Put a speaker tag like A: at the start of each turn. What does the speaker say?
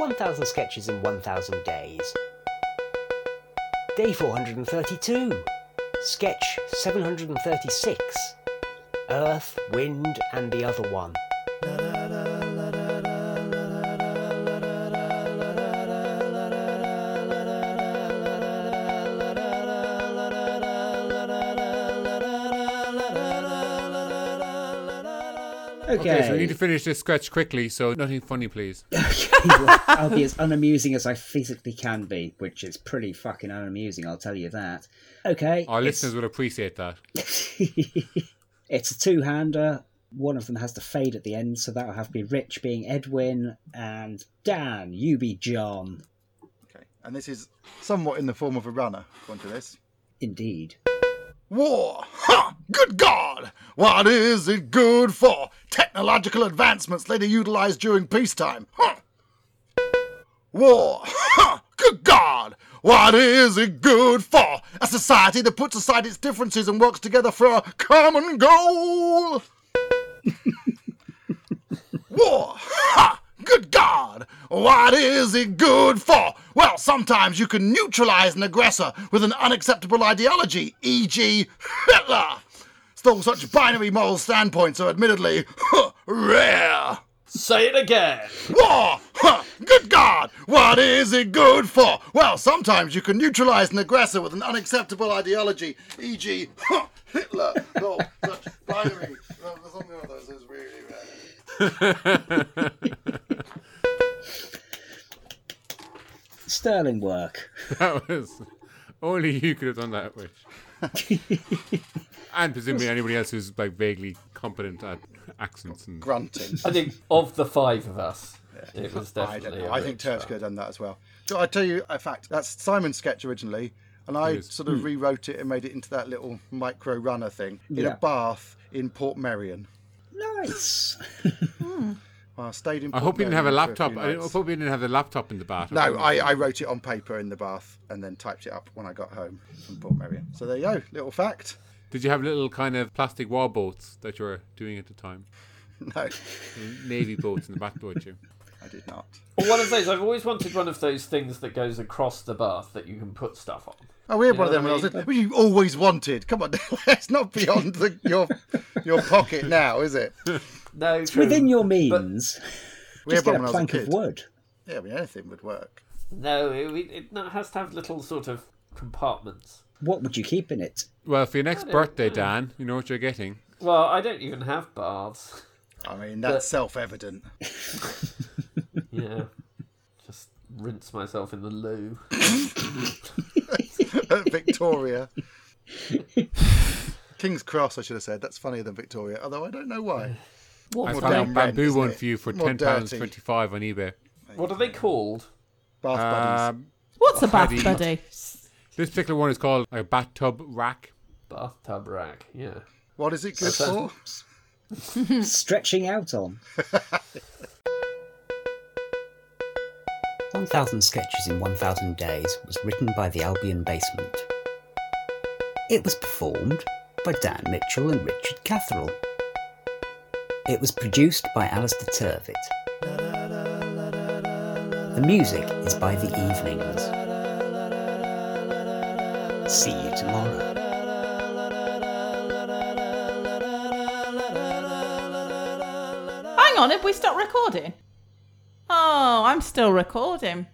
A: 1000 Sketches in 1000 Days. Day 432. Sketch 736. Earth, Wind, and the Other One.
B: Okay.
C: Okay, so we need to finish this sketch quickly, so nothing funny, please.
B: I'll be as unamusing as I physically can be, which is pretty fucking unamusing, I'll tell you that. Okay.
C: Our
B: it's-
C: listeners will appreciate that.
B: it's a two hander. One of them has to fade at the end, so that'll have to be Rich being Edwin and Dan, you be John.
D: Okay. And this is somewhat in the form of a runner, according to this.
B: Indeed.
D: War! Ha! Good God! What is it good for? Technological advancements later utilized during peacetime. Huh! War! Ha! Good God! What is it good for? A society that puts aside its differences and works together for a common goal! War! Ha! Good God! What is it good for? Well, sometimes you can neutralize an aggressor with an unacceptable ideology, e.g., Hitler! Still, such binary moral standpoints are admittedly rare.
E: Say it again.
D: War! Huh, Good God! What is it good for? Well, sometimes you can neutralize an aggressor with an unacceptable ideology, e.g., huh, Hitler. No, such binary. No, something like those is really uh, rare.
B: Sterling work.
C: That was only you could have done that, Rich. and presumably anybody else who's like vaguely competent at accents and
D: Grunting.
E: I think of the five of us, it was
D: I don't
E: definitely.
D: know.
E: a
D: I think
E: Rich
D: Turf could have done that as well. So I tell you a fact. That's Simon's sketch originally, and I
C: Yes.
D: sort of
B: Hmm.
D: rewrote it and made it into that little micro runner thing in
B: Yeah.
D: a bath in Port Merion.
B: Nice.
D: I stayed in.
C: I
D: Port
C: hope you didn't have a
D: Merion for
C: laptop.
D: few
C: I
D: nights.
C: hope you didn't have the laptop in the bath.
D: No, I, I wrote it on paper in the bath and then typed it up when I got home from Port Merion. So there you go, little fact.
C: Did you have little kind of plastic war boats that you were doing at the time?
D: No,
C: Navy boats in the back, weren't you?
D: I did not.
E: Well, one of those. I've always wanted one of those things that goes across the bath that you can put stuff on.
D: Oh, we had one of
E: know
D: them when I
E: what
D: was
E: I
D: little. Which you always wanted. Come on, it's not beyond the, your your pocket now, is it?
E: No,
B: It's within your means.
D: We
B: Just get
D: had one
B: a
D: when I was a
B: plank of
D: kid.
B: wood.
D: Yeah, I mean anything would work.
E: No, it, it no, it has to have little sort of compartments.
B: What would you keep in it?
C: Well, for your next
E: don't
C: birthday, Dan, you know what you're getting.
E: Well, I don't even have baths.
D: I mean that's self-evident.
E: Yeah, just rinse myself in the loo.
D: Victoria. King's Cross, I should have said. That's funnier than Victoria, although I don't know why.
C: I
D: More
C: found a
D: down bent,
C: bamboo
D: isn't
C: one
D: it?
C: for you for
D: More
C: ten pounds
D: dirty.
C: twenty-five on eBay.
E: What are they called?
D: Bath buddies.
C: Um,
F: What's a
C: Buddy.
F: bath buddy?
C: this particular one is called a bathtub rack.
E: Bathtub rack. Yeah.
D: What is it good for?
E: so-
B: Stretching out on.
A: 1000 Sketches in 1000 Days was written by the Albion Basement. It was performed by Dan Mitchell and Richard Catherall. It was produced by Alistair Turvitt. The music is by The Evenings. See you tomorrow.
F: Hang on, have we stopped recording? Oh, I'm still recording.